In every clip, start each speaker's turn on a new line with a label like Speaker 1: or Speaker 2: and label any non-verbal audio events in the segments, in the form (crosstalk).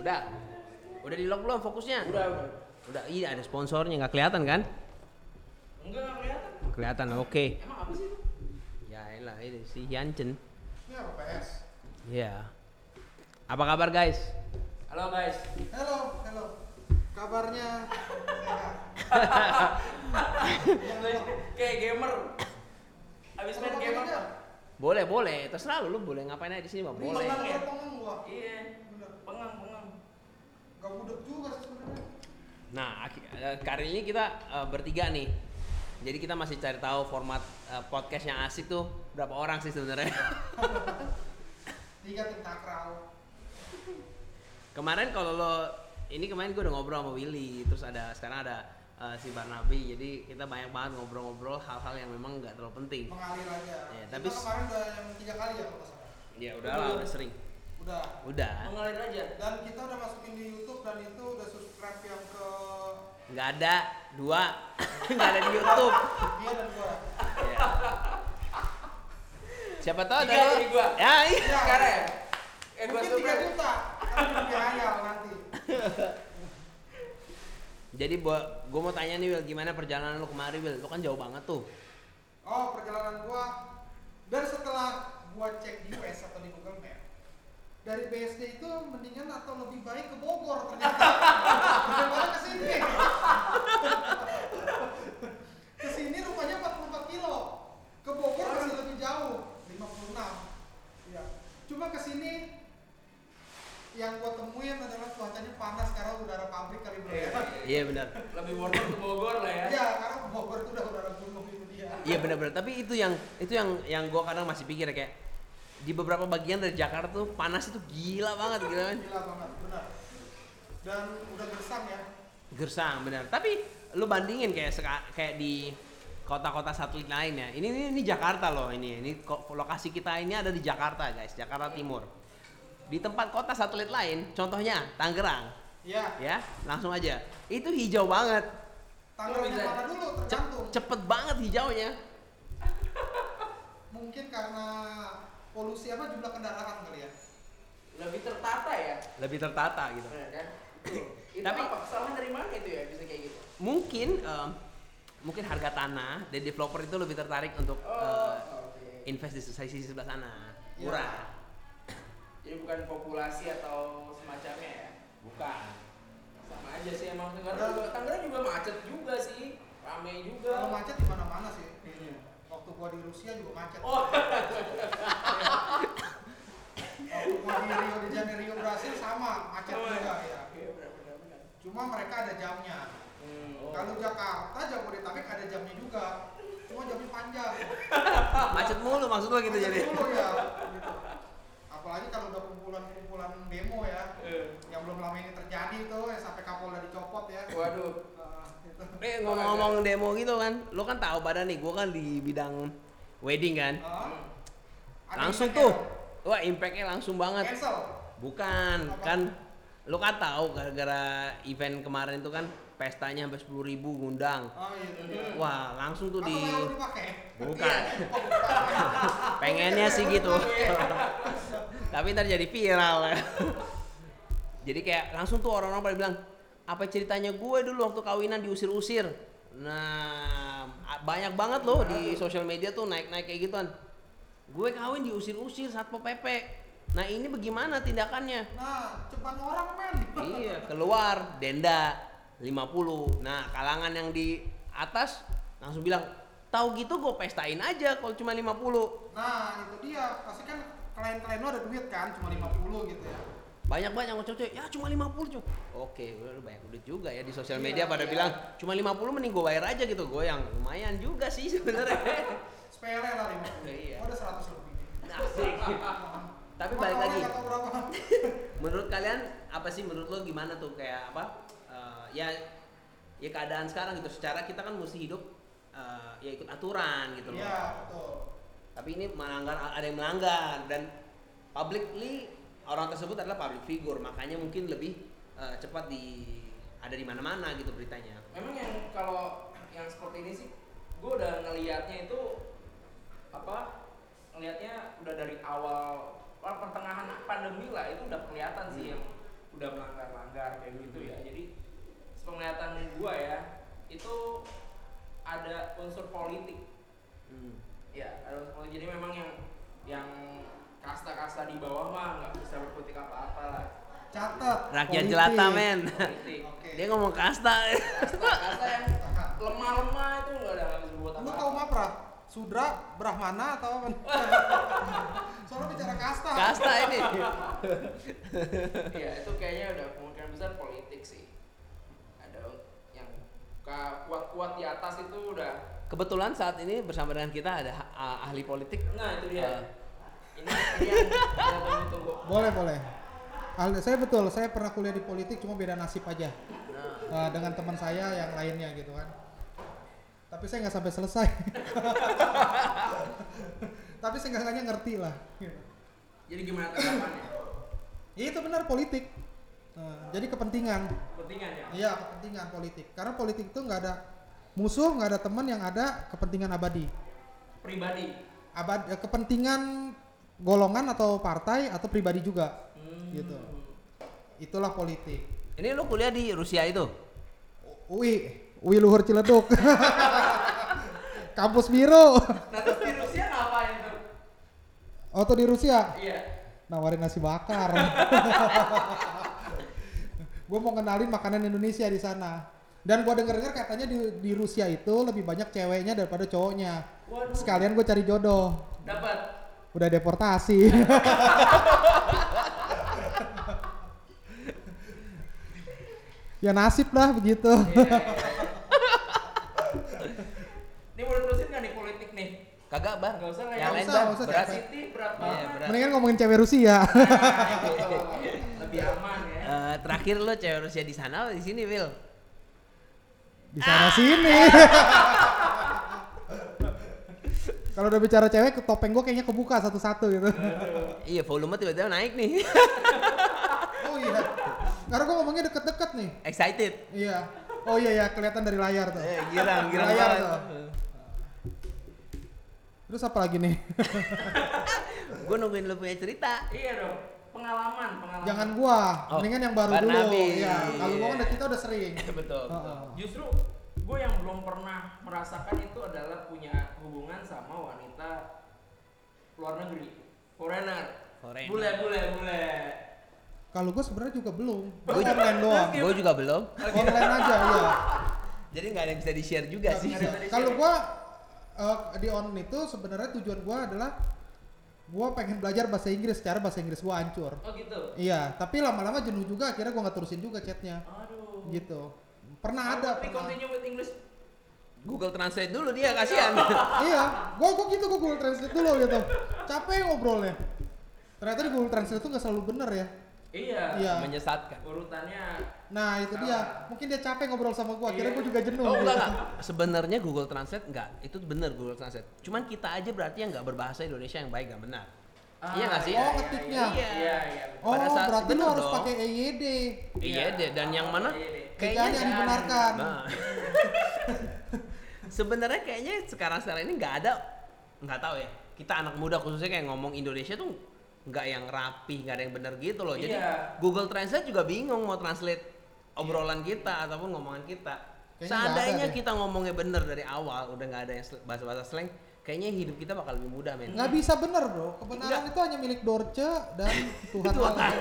Speaker 1: Udah. Udah di lock belum fokusnya? Udah, udah. Udah, iya ada sponsornya nggak kelihatan kan?
Speaker 2: Enggak nggak kelihatan.
Speaker 1: Kelihatan, oke.
Speaker 2: Emang apa sih? itu?
Speaker 1: Ya elah ini si Yancen.
Speaker 3: Ini apa PS?
Speaker 1: Ya. Apa kabar guys?
Speaker 2: Halo guys. (laughs)
Speaker 3: Halo, halo. Kabarnya sehat.
Speaker 2: Kayak gamer. Abis
Speaker 3: Kalau
Speaker 2: main
Speaker 3: kabarnya
Speaker 2: gamer.
Speaker 3: enggak,
Speaker 1: Boleh, boleh. Terserah lu, lu boleh ngapain aja di sini, Bang.
Speaker 3: ini
Speaker 1: Boleh.
Speaker 3: Pengang,
Speaker 2: ya?
Speaker 3: gua pengang gua.
Speaker 2: Iya.
Speaker 3: Bener.
Speaker 2: Pengang pengang.
Speaker 3: Gak budek juga sih
Speaker 1: (laughs)
Speaker 3: sebenarnya.
Speaker 1: Nah, aki- eh, kali ini kita eh, bertiga nih. Jadi kita masih cari tahu format eh, podcast yang asik tuh berapa orang sih sebenarnya. (laughs)
Speaker 3: Tiga tentakrau.
Speaker 1: kemarin kalau lo ini kemarin gue udah ngobrol sama Willy, terus ada sekarang ada eh, si Barnaby. Jadi kita banyak banget ngobrol-ngobrol hal-hal yang memang nggak terlalu penting.
Speaker 3: mengalir aja.
Speaker 1: Iya,
Speaker 3: Kita
Speaker 1: tapi s-
Speaker 3: kemarin udah yang tiga kali ya kalau nggak salah.
Speaker 1: Ya udahlah, udah sering.
Speaker 3: Udah.
Speaker 1: Udah.
Speaker 2: Mengalir aja.
Speaker 3: Dan kita udah masukin di YouTube dan itu udah subscribe yang ke
Speaker 1: Nggak ada dua, (laughs) nggak ada di YouTube.
Speaker 3: dia dan gua.
Speaker 1: Ya. Siapa tahu
Speaker 2: Tiga
Speaker 1: ada
Speaker 2: dari gua.
Speaker 1: Ya, iya.
Speaker 3: Iya.
Speaker 2: Sekarang ya. Eh gua
Speaker 3: Mungkin
Speaker 2: super.
Speaker 3: tiga juta. Kalau lebih hayal nanti.
Speaker 1: Jadi gue mau tanya nih Wil, gimana perjalanan lo kemari Wil? Lo kan jauh banget tuh.
Speaker 3: Oh, perjalanan gua dan setelah gua cek di US atau di Google Map dari BSD itu mendingan atau lebih baik ke Bogor ternyata daripada ke sini. ke sini rupanya 44 kilo. Ke Bogor masih lebih jauh, 56. Iya. Cuma ke sini yang gua temuin adalah cuacanya panas karena udara pabrik kali
Speaker 2: Iya.
Speaker 3: berbeda.
Speaker 1: Iya benar.
Speaker 2: Lebih worth it ke Bogor lah ya.
Speaker 3: Iya, karena Bogor itu udah udara gunung itu dia.
Speaker 1: Iya benar-benar. Tapi itu yang itu yang yang gue kadang masih pikir kayak di beberapa bagian dari Jakarta tuh panas itu gila banget gila kan.
Speaker 3: Gila banget, benar. Dan udah gersang ya.
Speaker 1: Gersang benar. Tapi lu bandingin kayak seka- kayak di kota-kota satelit lain ya. Ini, ini ini Jakarta loh ini. Ini ko- lokasi kita ini ada di Jakarta guys, Jakarta Timur. Di tempat kota satelit lain, contohnya Tangerang,
Speaker 3: Iya.
Speaker 1: ya langsung aja. Itu hijau banget,
Speaker 3: Tangerang yang
Speaker 2: Bisa.
Speaker 3: mana dulu
Speaker 1: Cep-
Speaker 3: tergantung.
Speaker 1: cepet banget hijaunya.
Speaker 3: Mungkin karena polusi apa jumlah kendaraan kali ya.
Speaker 2: Lebih tertata ya.
Speaker 1: Lebih tertata gitu.
Speaker 2: Benar kan? Tuh. Itu
Speaker 1: Tapi-
Speaker 2: apa? Kesalahan dari mana itu ya bisa kayak gitu?
Speaker 1: mungkin em, mungkin harga tanah dan developer itu lebih tertarik untuk
Speaker 2: Oh,
Speaker 1: eh,
Speaker 2: oke.
Speaker 1: invest di sisi sebelah sana
Speaker 3: Iya.
Speaker 1: murah
Speaker 2: Jadi bukan populasi atau semacamnya ya? Bukan. Sama aja sih emang Tangerang juga, Tangerang juga macet juga sih. Rame juga.
Speaker 3: Kalau macet di mana-mana sih kayaknya. Waktu gua di Rusia juga macet.
Speaker 2: Oh,
Speaker 3: Waktu gua di Rio de Janeiro Brasil sama macet
Speaker 2: Oh,
Speaker 3: juga ya.
Speaker 2: iya benar-benar.
Speaker 3: Cuma mereka ada jamnya.
Speaker 2: Hmm, oh.
Speaker 3: Kalau Jakarta Jabodetabek ada jamnya juga. Cuma jamnya panjang.
Speaker 1: macet mulu maksud lo gitu
Speaker 3: Macet
Speaker 1: jadi
Speaker 3: dulu ya. Gitu. Apalagi kalau udah kumpulan-kumpulan demo ya.
Speaker 2: Eh,
Speaker 3: yang belum lama ini terjadi itu yang sampai Kapolda dicopot ya.
Speaker 2: Waduh.
Speaker 3: Eh, gitu.
Speaker 1: eh ngomong-ngomong demo gitu kan lo kan tahu badan nih gue kan di bidang wedding kan
Speaker 3: Eh, ada
Speaker 1: langsung
Speaker 3: yang
Speaker 1: tuh wah impactnya langsung banget
Speaker 3: Cancel.
Speaker 1: bukan
Speaker 3: Apa?
Speaker 1: kan lo kan tahu gara-gara event kemarin itu kan pestanya sampai sepuluh ribu ngundang
Speaker 3: Oh iya itu dia.
Speaker 1: wah langsung tuh
Speaker 3: Apa
Speaker 1: di
Speaker 3: yang lu dipakai?
Speaker 1: bukan
Speaker 3: Oh, bukan.
Speaker 1: (laughs) pengennya sih gitu tapi ntar jadi viral jadi kayak langsung tuh orang-orang pada bilang apa ceritanya gue dulu waktu kawinan diusir-usir nah a- banyak banget loh di sosial media tuh naik-naik kayak gituan gue kawin diusir-usir satpol pp nah ini bagaimana tindakannya
Speaker 3: Nah, ceban orang men.
Speaker 1: iya keluar denda 50 nah kalangan yang di atas langsung bilang tahu gitu gue pestain aja kalau cuma 50
Speaker 3: Nah, itu dia. Pasti kan klien-klien lu ada duit kan, cuma 50 gitu ya.
Speaker 1: banyak banyak ngocok cewek ya cuma 50 cuma oke udah lu banyak duit juga ya di sosial
Speaker 3: Iya,
Speaker 1: media pada
Speaker 3: iya.
Speaker 1: bilang cuma 50 mending gue bayar aja gitu gue yang lumayan juga sih sebenarnya (laughs)
Speaker 3: Sepele lah 50.
Speaker 1: Iya.
Speaker 3: Oh, ada 100 lebih.
Speaker 1: Nah, sih. tapi
Speaker 3: Orang
Speaker 1: balik
Speaker 3: orang
Speaker 1: lagi
Speaker 3: nggak tahu berapa.
Speaker 1: menurut kalian apa sih menurut lo gimana tuh kayak apa eh, ya ya keadaan sekarang gitu secara kita kan mesti hidup eh, ya ikut aturan gitu loh
Speaker 3: Iya, betul.
Speaker 1: tapi ini melanggar ada yang melanggar dan publicly orang tersebut adalah public figure makanya mungkin lebih eh, cepat di ada di mana-mana gitu beritanya
Speaker 2: Memang yang kalau yang seperti ini sih, gue udah ngelihatnya itu apa? Ngelihatnya udah dari awal wah, pertengahan pandemi lah itu udah kelihatan sih yang udah melanggar-langgar kayak gitu ya jadi sepenglihatan gua ya itu ada unsur politik
Speaker 1: Hmm.
Speaker 2: ya ada unsur politik jadi memang yang yang kasta-kasta di bawah mah nggak bisa berpolitik apa-apa lah
Speaker 3: Catat.
Speaker 1: Rakyat
Speaker 3: politik.
Speaker 1: jelata men. (laughs)
Speaker 2: politik
Speaker 3: Oke.
Speaker 1: Dia ngomong kasta. (laughs)
Speaker 2: kasta-kasta yang lemah-lemah itu nggak ada nggak bisa buat
Speaker 3: Lu tahu
Speaker 2: apa-apa
Speaker 3: Mapra? Sudra, Brahmana atau apa? Soalnya bicara kasta.
Speaker 1: Kasta ini.
Speaker 2: ya itu kayaknya udah kemungkinan besar politik sih ada yang ka- kuat-kuat di atas itu udah
Speaker 1: Kebetulan saat ini bersama dengan kita ada ah, ahli politik.
Speaker 2: nah itu dia
Speaker 1: Eh.
Speaker 2: ini ini yang kita tunggu-tunggu
Speaker 3: Boleh, boleh. Al- Saya betul, saya pernah kuliah di politik cuma beda nasib aja
Speaker 1: Nah,
Speaker 3: Eh, dengan teman saya yang lainnya gitu kan. Tapi saya nggak sampai selesai. (laughs) Tapi seenggaknya ngerti lah. gitu.
Speaker 2: jadi gimana tanggapannya
Speaker 3: Ya, itu benar politik. Eh, jadi kepentingan.
Speaker 2: kepentingannya
Speaker 3: Iya kepentingan politik. Karena politik itu nggak ada musuh, nggak ada teman yang ada kepentingan abadi.
Speaker 2: pribadi
Speaker 3: Abad eh, kepentingan golongan atau partai atau pribadi juga.
Speaker 2: Hmm.
Speaker 3: Gitu. Itulah politik.
Speaker 1: ini lu kuliah di Rusia itu.
Speaker 3: U- Ui, Ui Luhur Ciledug. (laughs) Kampus biru.
Speaker 2: nah terus di Rusia ngapain tuh
Speaker 3: Auto di Rusia
Speaker 2: iya
Speaker 3: nawarin nasi bakar. (laughs) gue mau kenalin makanan Indonesia di sana. Dan gue denger-denger katanya di, di Rusia itu lebih banyak ceweknya daripada cowoknya.
Speaker 2: waduh
Speaker 3: Sekalian gue cari jodoh.
Speaker 2: dapat
Speaker 3: Udah deportasi. ya nasib lah begitu.
Speaker 2: Iya, iya, iya. ini mau terusin nggak nih politik nih
Speaker 1: Kagak bar.
Speaker 2: nggak usah lah ya
Speaker 1: Yang lain
Speaker 3: usah,
Speaker 1: bar.
Speaker 3: nggak usah,
Speaker 1: Berat.
Speaker 3: nggak usah.
Speaker 2: City berat
Speaker 1: Iya,
Speaker 2: banget
Speaker 1: berat.
Speaker 3: Mendingan ngomongin cewek Rusia.
Speaker 2: Nah, gitu. lebih aman ya
Speaker 1: Eh, terakhir lu cewek Rusia di sana atau di sini, Will?
Speaker 3: Di sana sini. Kalau udah bicara cewek, ke topeng gue kayaknya kebuka satu-satu gitu.
Speaker 1: Iya, volume tiba-tiba naik nih. (laughs)
Speaker 3: Oh iya. Karena gue ngomongnya deket-deket nih.
Speaker 1: Excited.
Speaker 3: Iya. Oh iya ya, kelihatan dari layar tuh.
Speaker 1: Eh, girang,
Speaker 2: Iya,
Speaker 1: girang
Speaker 3: Layar
Speaker 1: banget.
Speaker 3: tuh. Terus apa lagi nih?
Speaker 1: Gue nungguin lu punya cerita.
Speaker 2: iya dong pengalaman pengalaman
Speaker 3: Jangan gua,
Speaker 1: Oh,
Speaker 3: mendingan yang baru dulu.
Speaker 1: Barnaby.
Speaker 3: Iya, kalau gua kan udah- kita udah sering.
Speaker 1: betul, Iya, betul.
Speaker 3: Heeh.
Speaker 2: justru gue yang belum pernah merasakan itu adalah punya hubungan sama wanita luar negeri foreigner
Speaker 1: Foreigner.
Speaker 2: bule bule bule
Speaker 3: Kalau gua sebenarnya juga belum.
Speaker 1: Gua
Speaker 3: Gua
Speaker 1: juga-
Speaker 3: online doang.
Speaker 1: Gue juga belum.
Speaker 3: Online aja iya.
Speaker 1: Jadi nggak ada yang bisa di-share juga
Speaker 3: Nggak
Speaker 1: sih.
Speaker 3: bisa. Kalau gua eh, di on itu sebenarnya tujuan gua adalah gua pengen belajar bahasa Inggris secara bahasa Inggris gua hancur.
Speaker 2: oh gitu
Speaker 3: Iya, tapi lama-lama jenuh juga akhirnya gua nggak terusin juga chatnya
Speaker 2: aduh
Speaker 3: gitu. Pernah
Speaker 2: Oh,
Speaker 3: ada,
Speaker 2: tapi
Speaker 3: pernah.
Speaker 2: continue with English
Speaker 1: Google Translate dulu dia kasihan.
Speaker 3: iya, gua gua gitu gua Google Translate dulu gitu. Capek ngobrolnya. Ternyata di Google Translate itu nggak selalu bener ya.
Speaker 2: iya
Speaker 3: Iya.
Speaker 1: Menyesatkan.
Speaker 2: urutannya
Speaker 3: Nah itu dia,
Speaker 2: Salah.
Speaker 3: mungkin dia capek ngobrol sama gua, akhirnya
Speaker 2: Iya.
Speaker 3: gua juga jenuh.
Speaker 1: Ah. Oh
Speaker 3: gitu.
Speaker 1: enggak enggak. Sebenarnya Google Translate enggak. Itu bener Google Translate. Cuman kita aja berarti yang nggak berbahasa Indonesia yang baik nggak benar. iya nggak sih?
Speaker 3: iya. Oh, ketiknya.
Speaker 2: iya iya, iya.
Speaker 3: Oh
Speaker 1: Pada saat
Speaker 3: berarti lu
Speaker 1: bener
Speaker 3: harus
Speaker 1: dong.
Speaker 3: pakai E EYD.
Speaker 1: Iya deh. Dan yang mana?
Speaker 2: Iya deh.
Speaker 1: Kayaknya
Speaker 3: Kayaknya yang
Speaker 1: jangan.
Speaker 3: dibenarkan.
Speaker 1: Nah. (laughs) Sebenarnya kayaknya sekarang sekarang ini nggak ada. Nggak tahu ya. Kita anak muda khususnya kayak ngomong Indonesia tuh nggak yang rapi, nggak ada yang bener gitu loh. Jadi
Speaker 2: Iya.
Speaker 1: Google Translate juga bingung mau translate obrolan kita ataupun ngomongan kita.
Speaker 3: Kayaknya nggak ada
Speaker 1: Seandainya
Speaker 3: deh.
Speaker 1: kita ngomongnya bener dari awal, udah nggak ada yang sel- bahasa-bahasa slang, kayaknya hidup kita bakal lebih mudah, men.
Speaker 3: Nggak bisa bener bro, kebenaran itu hanya milik Dorce
Speaker 1: (laughs)
Speaker 3: dan Tuhan Allah.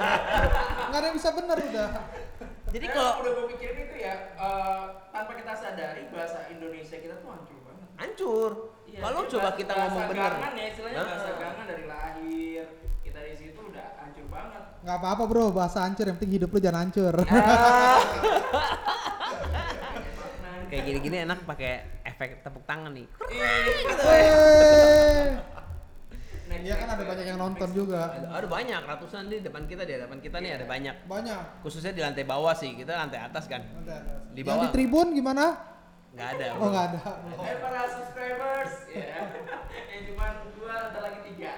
Speaker 3: Nggak ada yang bisa bener udah.
Speaker 1: Jadi
Speaker 2: Karena
Speaker 1: kalau
Speaker 2: udah gue pikirin itu ya eh, tanpa kita sadari bahasa Indonesia kita tuh hancur banget
Speaker 1: hancur.
Speaker 2: Iya,
Speaker 1: kalau
Speaker 2: jadi
Speaker 1: coba
Speaker 2: bahasa-
Speaker 1: kita ngomong
Speaker 2: bahasa
Speaker 1: bener.
Speaker 2: gangan ya, istilahnya bahasa
Speaker 1: Nah.
Speaker 2: gangan dari lahir. Kita di situ udah hancur banget.
Speaker 3: Nggak apa-apa bro, bahasa hancur, yang penting hidup lu jangan
Speaker 1: (laughs)
Speaker 3: hancur.
Speaker 1: Iya.
Speaker 2: Nah,
Speaker 1: Kayak gitu. gini-gini enak pakai efek tepuk tangan nih.
Speaker 2: Iya.
Speaker 3: Wey.
Speaker 2: next,
Speaker 3: Iya kan
Speaker 2: next,
Speaker 3: ada
Speaker 2: next,
Speaker 3: banyak yang
Speaker 2: next.
Speaker 3: nonton juga.
Speaker 1: Ada, ada banyak ratusan di depan kita di depan kita
Speaker 3: Iya.
Speaker 1: nih ada banyak.
Speaker 3: Banyak.
Speaker 1: Khususnya di lantai bawah sih, kita lantai atas kan.
Speaker 3: Ada, ada.
Speaker 1: Di
Speaker 3: Yang di
Speaker 1: bawah Ya,
Speaker 3: tribun gimana?
Speaker 1: nggak ada.
Speaker 3: Oh nggak ada.
Speaker 2: Eh para subscribers, ya. yang cuma dua, ntar lagi tiga.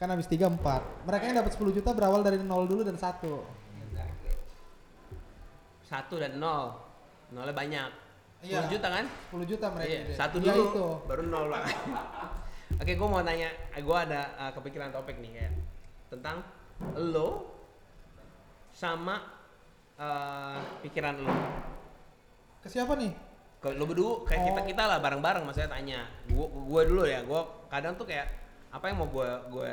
Speaker 3: Kan habis 3 4. Mereka yang dapat 10 juta berawal dari 0 dulu dan 1.
Speaker 2: Exactly.
Speaker 1: Satu dan nol. Nolnya banyak.
Speaker 3: Iya.
Speaker 1: 10 juta kan?
Speaker 3: 10 juta mereka.
Speaker 1: Iya,
Speaker 3: deh.
Speaker 1: satu
Speaker 3: Ya,
Speaker 1: dulu
Speaker 3: itu.
Speaker 1: baru nol (laughs) eh, lah. Oke, gue mau nanya, gue ada uh, kepikiran topik nih kayak tentang lo sama eh, pikiran lo
Speaker 3: Ke siapa nih?
Speaker 1: ke lo berdua kayak
Speaker 3: Oh.
Speaker 1: kita kita lah bareng bareng maksudnya tanya gua gua dulu ya gua kadang tuh kayak apa yang mau gue gue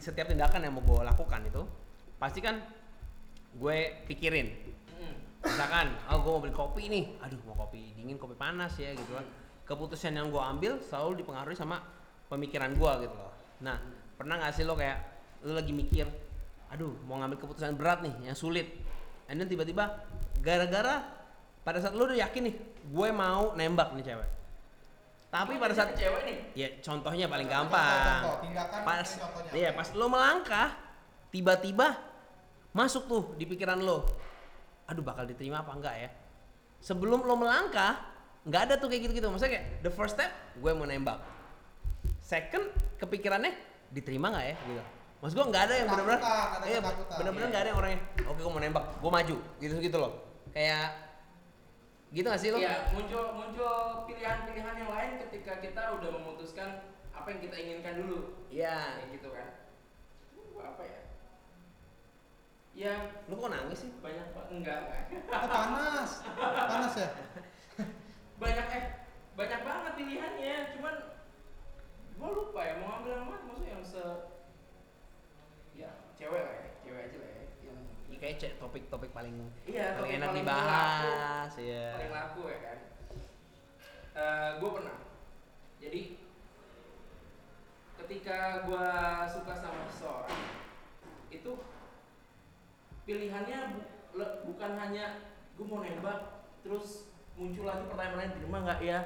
Speaker 1: setiap tindakan yang mau gue lakukan itu pasti kan gue pikirin
Speaker 2: Hmm.
Speaker 1: misalkan oh gue mau beli kopi nih aduh mau kopi dingin kopi panas ya gitu kan keputusan yang gue ambil selalu dipengaruhi sama pemikiran gue gitu loh nah pernah nggak sih lo kayak lo lagi mikir aduh mau ngambil keputusan berat nih yang sulit and then tiba-tiba gara-gara pada saat lo udah yakin nih gue mau nembak nih cewek tapi pada saat
Speaker 2: cewek nih
Speaker 1: ya contohnya paling
Speaker 3: Contoh, contoh,
Speaker 1: gampang
Speaker 3: tindakan
Speaker 1: pas
Speaker 3: contohnya.
Speaker 1: iya pas lo melangkah tiba-tiba masuk tuh di pikiran lo aduh bakal diterima apa enggak ya sebelum lo melangkah nggak ada tuh kayak gitu-gitu maksudnya kayak the first step gue mau nembak second kepikirannya diterima nggak ya gitu maksud gue nggak ada yang benar-benar
Speaker 3: Ketakutan, ada
Speaker 1: iya
Speaker 3: ketakutan.
Speaker 1: benar-benar nggak ada yang orangnya oke gue mau nembak gue maju gitu gitu loh kayak gitu gak sih lo
Speaker 2: Iya, muncul muncul pilihan-pilihan yang lain ketika kita udah memutuskan apa yang kita inginkan dulu.
Speaker 1: Iya.
Speaker 2: Kayak gitu kan. Uh, apa ya? Ya,
Speaker 1: lo kok nangis sih
Speaker 2: banyak ba- enggak, enggak.
Speaker 3: Oh, panas. Panas ya?
Speaker 2: Banyak eh banyak banget pilihannya, cuman gua lupa ya mau ambil yang mana maksudnya yang se ya cewek lah ya, cewek aja lah ya. Yang
Speaker 1: ini kayak cek topik-topik paling paling
Speaker 2: Iya, topik
Speaker 1: enak
Speaker 2: paling
Speaker 1: dibahas ya
Speaker 2: paling laku ya kan gue pernah jadi ketika gue suka sama seseorang itu pilihannya bu- le- bukan hanya gue mau nembak terus muncul lagi pertanyaan lain terima nggak ya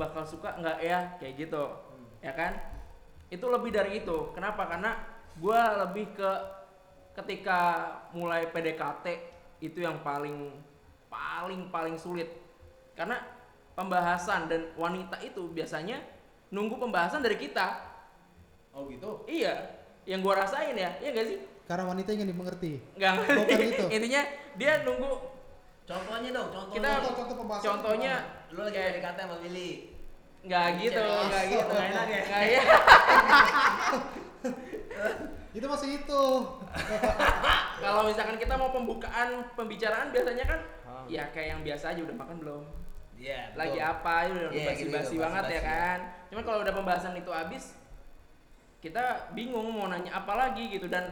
Speaker 2: bakal suka nggak ya kayak gitu ya kan itu lebih dari itu kenapa karena gue lebih ke ketika mulai PDKT itu yang paling paling paling sulit karena pembahasan dan wanita itu biasanya nunggu pembahasan dari kita
Speaker 1: oh gitu
Speaker 2: iya yang gue rasain ya iya gak sih
Speaker 3: Karena wanita ingin dimengerti.
Speaker 2: nggak ngerti
Speaker 3: Bukan gitu.
Speaker 2: (laughs) intinya dia nunggu
Speaker 1: Contohnya dong, contohnya.
Speaker 2: Kita-
Speaker 3: Contoh-contoh pembahasan.
Speaker 2: contohnya
Speaker 1: lu lagi
Speaker 2: kayak-
Speaker 1: PDKT sama Billy.
Speaker 2: nggak
Speaker 1: Cewek
Speaker 2: gitu nggak
Speaker 3: asal.
Speaker 2: gitu
Speaker 1: Nggak enak ya?
Speaker 2: nggak ya
Speaker 3: Itu masih itu.
Speaker 2: kalau misalkan kita mau pembukaan pembicaraan biasanya kan
Speaker 1: Hmm.
Speaker 2: ya kayak yang biasa aja udah makan belum
Speaker 1: Iya.
Speaker 2: lagi
Speaker 1: betul.
Speaker 2: apa ya udah
Speaker 1: Iya,
Speaker 2: basi-basi
Speaker 1: gitu, gitu,
Speaker 2: banget ya
Speaker 1: basi-basi.
Speaker 2: kan cuman kalau udah pembahasan itu habis kita bingung mau nanya apa lagi gitu dan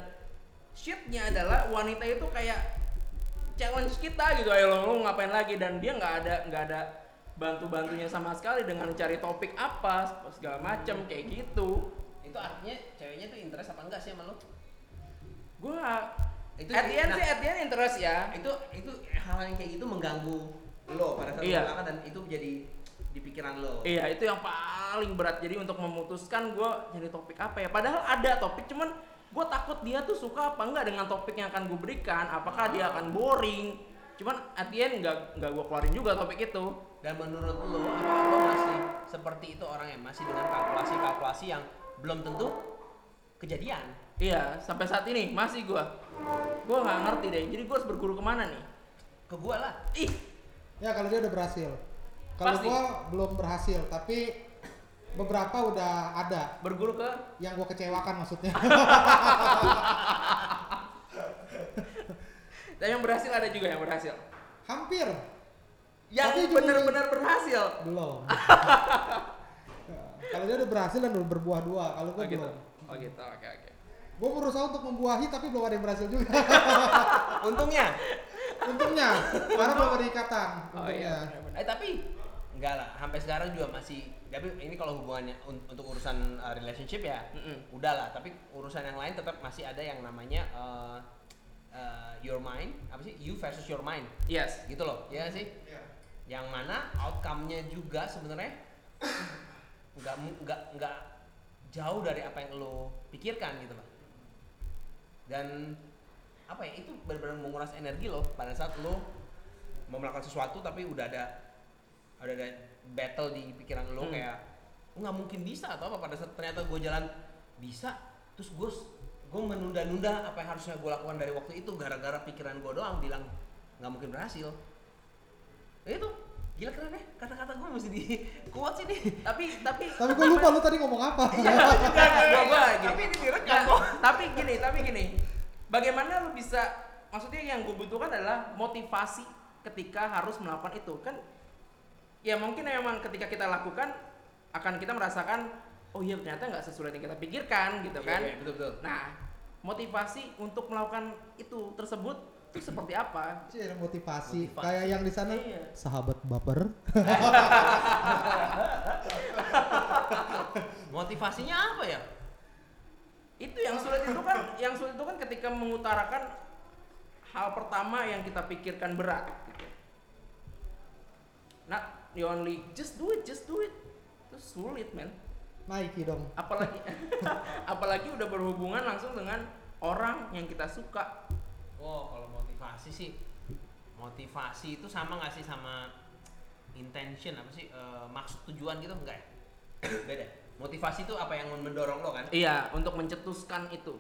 Speaker 2: shitnya adalah wanita itu kayak challenge kita gitu ayo lo, lo ngapain lagi dan dia nggak ada nggak ada bantu bantunya sama sekali dengan cari topik apa segala macam kayak gitu
Speaker 1: Itu artinya ceweknya tuh interest apa enggak sih sama lu?
Speaker 2: gua
Speaker 1: Itu
Speaker 2: at the end
Speaker 1: nah,
Speaker 2: sih at the end interest ya
Speaker 1: itu itu hal yang kayak gitu mengganggu lo pada saat
Speaker 2: Iya.
Speaker 1: lo melangkah dan itu menjadi di pikiran lo.
Speaker 2: Iya itu yang paling berat jadi untuk memutuskan gue cari topik apa ya padahal ada topik cuman gue takut dia tuh suka apa enggak dengan topik yang akan gue berikan apakah dia akan boring cuman at the end nggak nggak gue keluarin juga topik itu
Speaker 1: Dan menurut lo apa lo masih seperti itu orangnya masih dengan kalkulasi-kalkulasi yang belum tentu kejadian.
Speaker 2: iya sampai saat ini masih gue gue nggak ngerti deh jadi gue harus berguru kemana nih
Speaker 1: Ke gua lah.
Speaker 2: ih
Speaker 3: Ya kalau dia udah berhasil. Kalau
Speaker 2: Pasti.
Speaker 3: gua belum berhasil, tapi beberapa udah ada
Speaker 2: berguru ke
Speaker 3: yang gua kecewakan maksudnya. (laughs)
Speaker 2: dan yang berhasil ada juga yang berhasil
Speaker 3: Hampir
Speaker 2: yang
Speaker 3: Tapi juga-
Speaker 2: benar-benar (laughs) berhasil
Speaker 3: belum. (laughs) kalau dia udah berhasil dan udah berbuah dua, kalau
Speaker 2: oh
Speaker 3: gua
Speaker 2: gitu
Speaker 3: belum.
Speaker 2: oh gitu oke oke
Speaker 3: Gua berusaha untuk membuahi tapi belum ada yang berhasil juga. (laughs)
Speaker 1: Untungnya
Speaker 3: Untungnya karena belum ada ikatan.
Speaker 2: oh iya
Speaker 3: Untungnya.
Speaker 2: benar-benar. eh tapi
Speaker 1: enggak lah sampai sekarang juga masih tapi ini kalau hubungannya un- untuk urusan uh, relationship ya
Speaker 2: Mm-mm.
Speaker 1: udah lah tapi urusan yang lain tetap masih ada yang namanya uh, uh, your mind apa sih you versus your mind
Speaker 2: yes
Speaker 1: gitu loh ya nggak sih yang mana outcome-nya juga sebenarnya nggak mu- nggak nggak jauh dari apa yang lo pikirkan gitu loh dan apa ya itu benar-benar menguras energi lo pada saat lo mau melakukan sesuatu tapi udah ada udah ada battle di pikiran lo
Speaker 2: Hmm.
Speaker 1: kayak "Oh, nggak mungkin bisa atau apa pada saat ternyata gue jalan bisa terus gue gue menunda-nunda apa yang harusnya gue lakukan dari waktu itu gara-gara pikiran gue doang bilang nggak mungkin berhasil Ya itu gila keren ya kata-kata gue mesti di (laughs) kuat sih nih
Speaker 2: tapi tapi
Speaker 3: Tapi gua lupa lu tadi ngomong apa.
Speaker 2: Iya, Enggak, enggak, enggak,
Speaker 1: Gua- Iya, gua
Speaker 2: enggak.
Speaker 1: gini.
Speaker 2: Tapi ini direkam kok. Tapi gini, tapi gini. bagaimana lu bisa maksudnya yang gue butuhkan adalah motivasi ketika harus melakukan itu kan ya mungkin memang ketika kita lakukan akan kita merasakan oh iya ternyata nggak sesulit yang kita pikirkan gitu kan
Speaker 1: iya, betul betul.
Speaker 2: nah motivasi untuk melakukan itu tersebut itu seperti apa
Speaker 3: Cie, Iya, motivasi.
Speaker 1: Motivasi.
Speaker 3: Kayak yang di sana
Speaker 2: Iya.
Speaker 3: sahabat baper.
Speaker 1: Nah, Motivasinya apa ya?
Speaker 2: itu yang sulit itu kan yang sulit itu kan ketika mengutarakan hal pertama yang kita pikirkan berat gitu. nah the only just do it just do it itu sulit men
Speaker 3: Nike dong.
Speaker 2: apalagi (laughs) apalagi udah berhubungan langsung dengan orang yang kita suka
Speaker 1: Oh, kalau motivasi sih, motivasi itu sama nggak sih sama intention apa sih Eh, maksud tujuan gitu enggak ya? Beda. Motivasi itu apa yang mendorong lo kan?
Speaker 2: iya untuk mencetuskan itu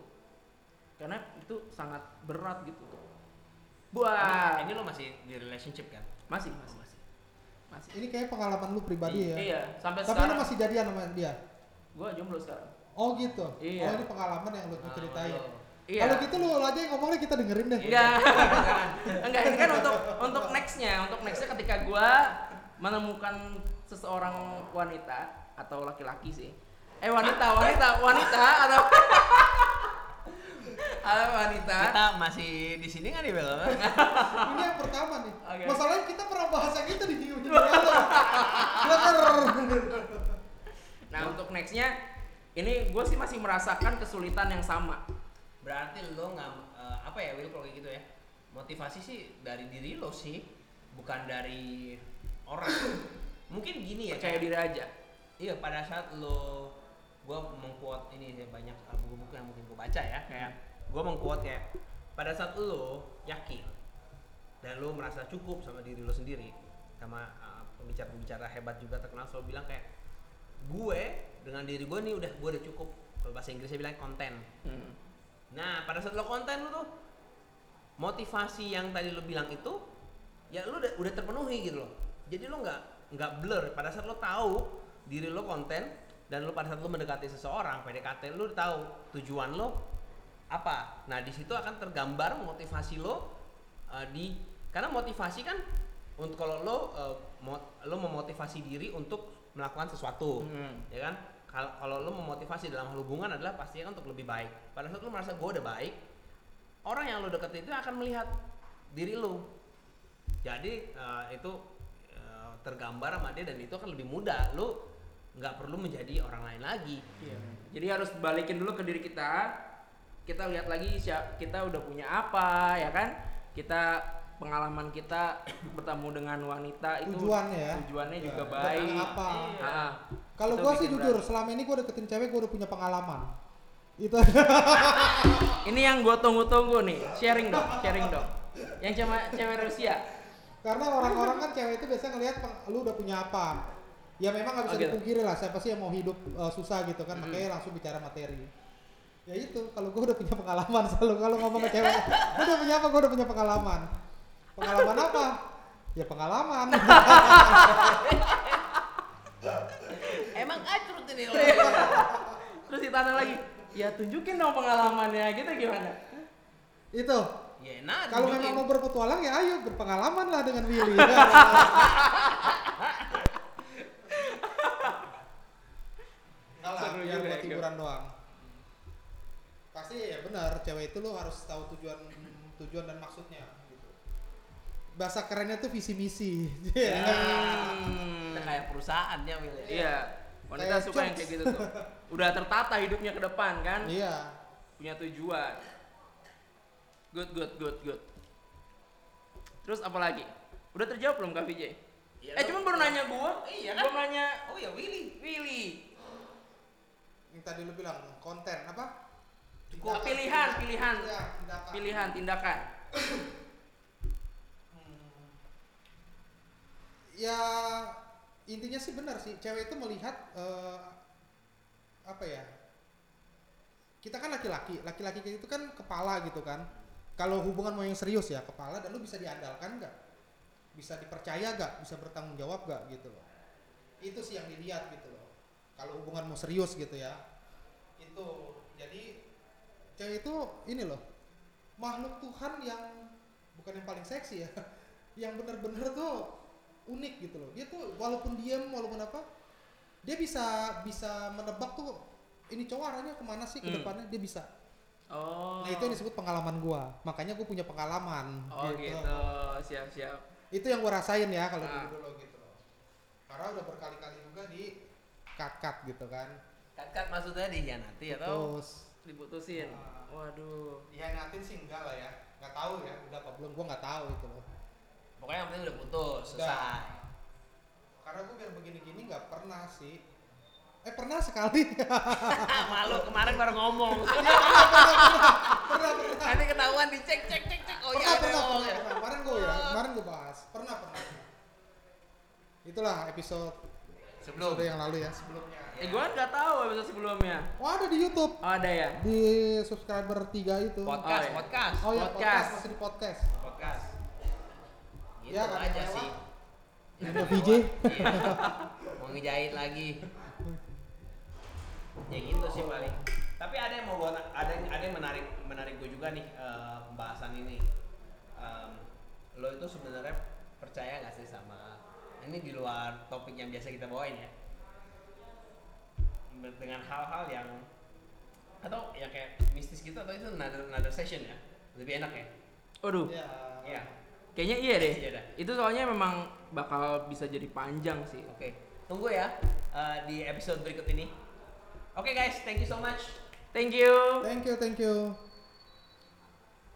Speaker 2: karena itu sangat berat gitu
Speaker 1: Ini,
Speaker 2: buat
Speaker 1: ini lo masih di relationship kan?
Speaker 2: masih masih masih masih
Speaker 3: Ini kayak pengalaman lu pribadi ya.
Speaker 2: iya sampai
Speaker 3: Tapi lu
Speaker 2: sekarang
Speaker 3: masih jadian sama dia.
Speaker 2: gue jomblo sekarang
Speaker 3: Oh gitu.
Speaker 2: Iya.
Speaker 3: Oh ini pengalaman yang lu
Speaker 1: Ah,
Speaker 3: ceritain.
Speaker 1: lo-
Speaker 2: iya
Speaker 3: Kalau gitu lu aja yang ngomongnya kita dengerin deh.
Speaker 1: iya,
Speaker 2: Enggak. Enggak, ini kan untuk untuk nextnya, untuk nextnya ketika gua menemukan seseorang wanita atau laki-laki sih. Eh wanita, wanita, wanita atau (laughs) atau wanita.
Speaker 1: Kita masih di sini nggak nih Bel?
Speaker 3: Ini yang pertama nih.
Speaker 2: Oke.
Speaker 3: Masalahnya kita pernah bahas yang itu di ujung jalan. Bener.
Speaker 2: Nah untuk nextnya ini gue sih masih merasakan kesulitan yang sama.
Speaker 1: Berarti lo nggak eh, apa ya Will kalau kayak gitu ya? Motivasi sih dari diri lo sih, bukan dari orang. (coughs) Mungkin gini ya.
Speaker 2: Percaya
Speaker 1: kayak-
Speaker 2: diri aja.
Speaker 1: Iya pada saat lo gue mengkuat ini ya, banyak uh, buku-buku yang mungkin gue baca ya
Speaker 2: Iya.
Speaker 1: kayak gue mengkuat kayak pada saat lo yakin dan lo merasa cukup sama diri lo sendiri sama uh, pembicara-pembicara hebat juga terkenal selalu bilang kayak gue dengan diri gue nih udah gue udah cukup kalau bahasa Inggrisnya bilang konten
Speaker 2: Hmm.
Speaker 1: nah pada saat lo konten lo tuh motivasi yang tadi lo bilang itu ya lo udah, udah terpenuhi gitu loh jadi lo nggak nggak blur pada saat lo tahu diri lo konten dan lo pada saat lo mendekati seseorang PDKT lo tahu tujuan lo apa nah di situ akan tergambar motivasi lo eh, di karena motivasi kan untuk kalau lo eh, mo- lo memotivasi diri untuk melakukan sesuatu
Speaker 2: Hmm.
Speaker 1: ya kan Kal- kalau lo memotivasi dalam hubungan adalah pastinya kan untuk lebih baik pada saat lo merasa gue udah baik orang yang lo deket itu akan melihat diri lo jadi eh, itu eh, tergambar sama dia dan itu akan lebih mudah lo nggak perlu menjadi orang lain lagi
Speaker 2: Iya. Jadi harus balikin dulu ke diri kita. Kita lihat lagi siap- kita udah punya apa ya kan? Kita pengalaman kita bertemu dengan wanita itu
Speaker 3: Tujuannya ya.
Speaker 2: tujuannya juga
Speaker 3: Bukan
Speaker 2: baik.
Speaker 3: apa. Iya.
Speaker 2: Ah, ah.
Speaker 3: Kalau
Speaker 2: Itu
Speaker 3: gua sih
Speaker 2: bikin
Speaker 3: jujur,
Speaker 2: berat.
Speaker 3: selama ini gua deketin cewek gua udah punya pengalaman. Itu
Speaker 2: ini yang gue tunggu-tunggu nih, sharing dong, sharing dong. Yang cuma cewek Rusia.
Speaker 3: karena orang-orang kan cewek itu biasanya ngelihat peng- lu udah punya apa. Ya memang nggak bisa
Speaker 2: Oh, gitu.
Speaker 3: dipungkiri lah, siapa sih yang mau hidup eh, susah gitu kan, makanya langsung bicara materi. Ya itu, kalau gua udah punya pengalaman (laughs) selalu kalau ngomong ke cewek, gua udah punya apa? Gua udah punya pengalaman. Pengalaman apa? Ya pengalaman.
Speaker 1: emang acurut ini lo
Speaker 2: Terus ditanya lagi, ya tunjukin dong pengalamannya gitu gimana?
Speaker 3: itu.
Speaker 1: ya nah
Speaker 2: Kan
Speaker 3: Kalau
Speaker 1: tunjukin.
Speaker 3: memang mau berpetualang ya ayo berpengalaman lah
Speaker 2: (laughs)
Speaker 3: dengan Willy.
Speaker 4: Enggak lah,
Speaker 2: Seru
Speaker 3: yang
Speaker 2: juga
Speaker 3: buat
Speaker 2: ya,
Speaker 3: hiburan doang. Pasti ya benar, cewek itu lo harus tahu tujuan tujuan dan maksudnya. Gitu. Bahasa kerennya tuh visi misi. Iya.
Speaker 2: Hmm.
Speaker 1: Kita Ya. kayak perusahaan ya Will ya.
Speaker 2: Iya. Wanita
Speaker 3: Kayak
Speaker 2: suka yang kayak gitu tuh. Udah tertata hidupnya ke depan kan?
Speaker 3: (laughs) Iya.
Speaker 2: punya tujuan. Good, good, good, good. Terus apa lagi? Udah terjawab belum Kak Vijay?
Speaker 1: Iya,
Speaker 2: eh
Speaker 1: dong.
Speaker 2: cuman baru nanya gua.
Speaker 1: Iya,
Speaker 2: Belum nanya
Speaker 1: oh ya Willy
Speaker 2: Willy.
Speaker 3: Yang tadi lu bilang konten apa?
Speaker 1: Cukup.
Speaker 3: Tindakan,
Speaker 2: Pilihan, pilihan.
Speaker 3: tindakan. Iya, tindakan.
Speaker 2: Pilihan tindakan.
Speaker 3: Hmm. Ya intinya sih benar sih, cewek itu melihat eh, apa ya? Kita kan laki-laki, laki-laki itu kan kepala gitu kan. Kalau hubungan mau yang serius ya kepala dan lu bisa diandalkan nggak? Bisa dipercaya nggak? Bisa bertanggung jawab nggak gitu loh. Itu sih yang dilihat gitu loh. Kalau hubungan mau serius gitu ya. Itu jadi cewek itu ini loh makhluk Tuhan yang bukan yang paling seksi ya (laughs) yang bener-bener tuh unik gitu loh dia tuh walaupun diam walaupun apa dia bisa bisa menebak tuh ini cowok arahnya kemana sih ke
Speaker 2: Hmm.
Speaker 3: depannya dia bisa
Speaker 2: Oh.
Speaker 3: nah itu yang disebut pengalaman gua makanya gua punya pengalaman
Speaker 2: Oh gitu, siap siap.
Speaker 3: itu yang gua rasain ya kalau
Speaker 2: Ah.
Speaker 3: dulu dulu gitu loh karena udah berkali-kali juga di cut gitu kan
Speaker 1: Kat-kat maksudnya dihianati ya atau
Speaker 3: terus
Speaker 2: Diputusin.
Speaker 3: Ah.
Speaker 2: Waduh.
Speaker 3: dihianatin sih enggak lah ya nggak tahu ya udah apa belum gua nggak tahu itu loh
Speaker 1: pokoknya yang penting udah putus, selesai.
Speaker 3: karena gua biar begini-gini nggak pernah sih eh pernah (laughs) sekali
Speaker 1: Ah, malu kemarin baru ngomong.
Speaker 3: pernah pernah
Speaker 1: Nanti ketahuan dicek cek cek cek. Oh iya
Speaker 3: pernah,
Speaker 1: ada
Speaker 3: pernah,
Speaker 1: ngomong
Speaker 3: pernah,
Speaker 1: ya.
Speaker 3: pernah. Kemarin gue ya, kemarin gue bahas. Pernah, pernah. Itulah episode
Speaker 1: Sebelum.
Speaker 3: episode yang lalu ya sebelumnya.
Speaker 2: Eh gua nggak tahu episode sebelumnya.
Speaker 3: Oh ada di YouTube
Speaker 2: Oh ada ya.
Speaker 3: di subscriber 3 itu.
Speaker 1: Podcast,
Speaker 2: Oh, iya.
Speaker 1: podcast.
Speaker 3: oh ya
Speaker 2: podcast.
Speaker 3: podcast masih di podcast.
Speaker 1: Podcast. Gitu
Speaker 3: Ya, karena
Speaker 1: aja
Speaker 3: lewat.
Speaker 1: sih.
Speaker 3: Ada VJ.
Speaker 1: Iya. Mau ngejahit lagi. Ya gitu sih paling. Tapi ada yang mau gua ada yang- ada yang menarik menarik gue juga nih eh, pembahasan ini. Em, lo itu sebenarnya percaya gak sih sama ini di luar topik yang biasa kita bawain ya Ber- dengan hal-hal yang atau ya kayak mistis gitu atau itu another, another session ya lebih enak ya
Speaker 2: Waduh.
Speaker 3: Ya.
Speaker 1: iya
Speaker 2: Kayaknya iya deh.
Speaker 1: Iya dah.
Speaker 2: Itu soalnya memang bakal bisa jadi panjang sih.
Speaker 1: Oke, tunggu ya eh, di episode berikut ini. Oke guys, thank you so much.
Speaker 2: Thank you.
Speaker 3: Thank you, thank you.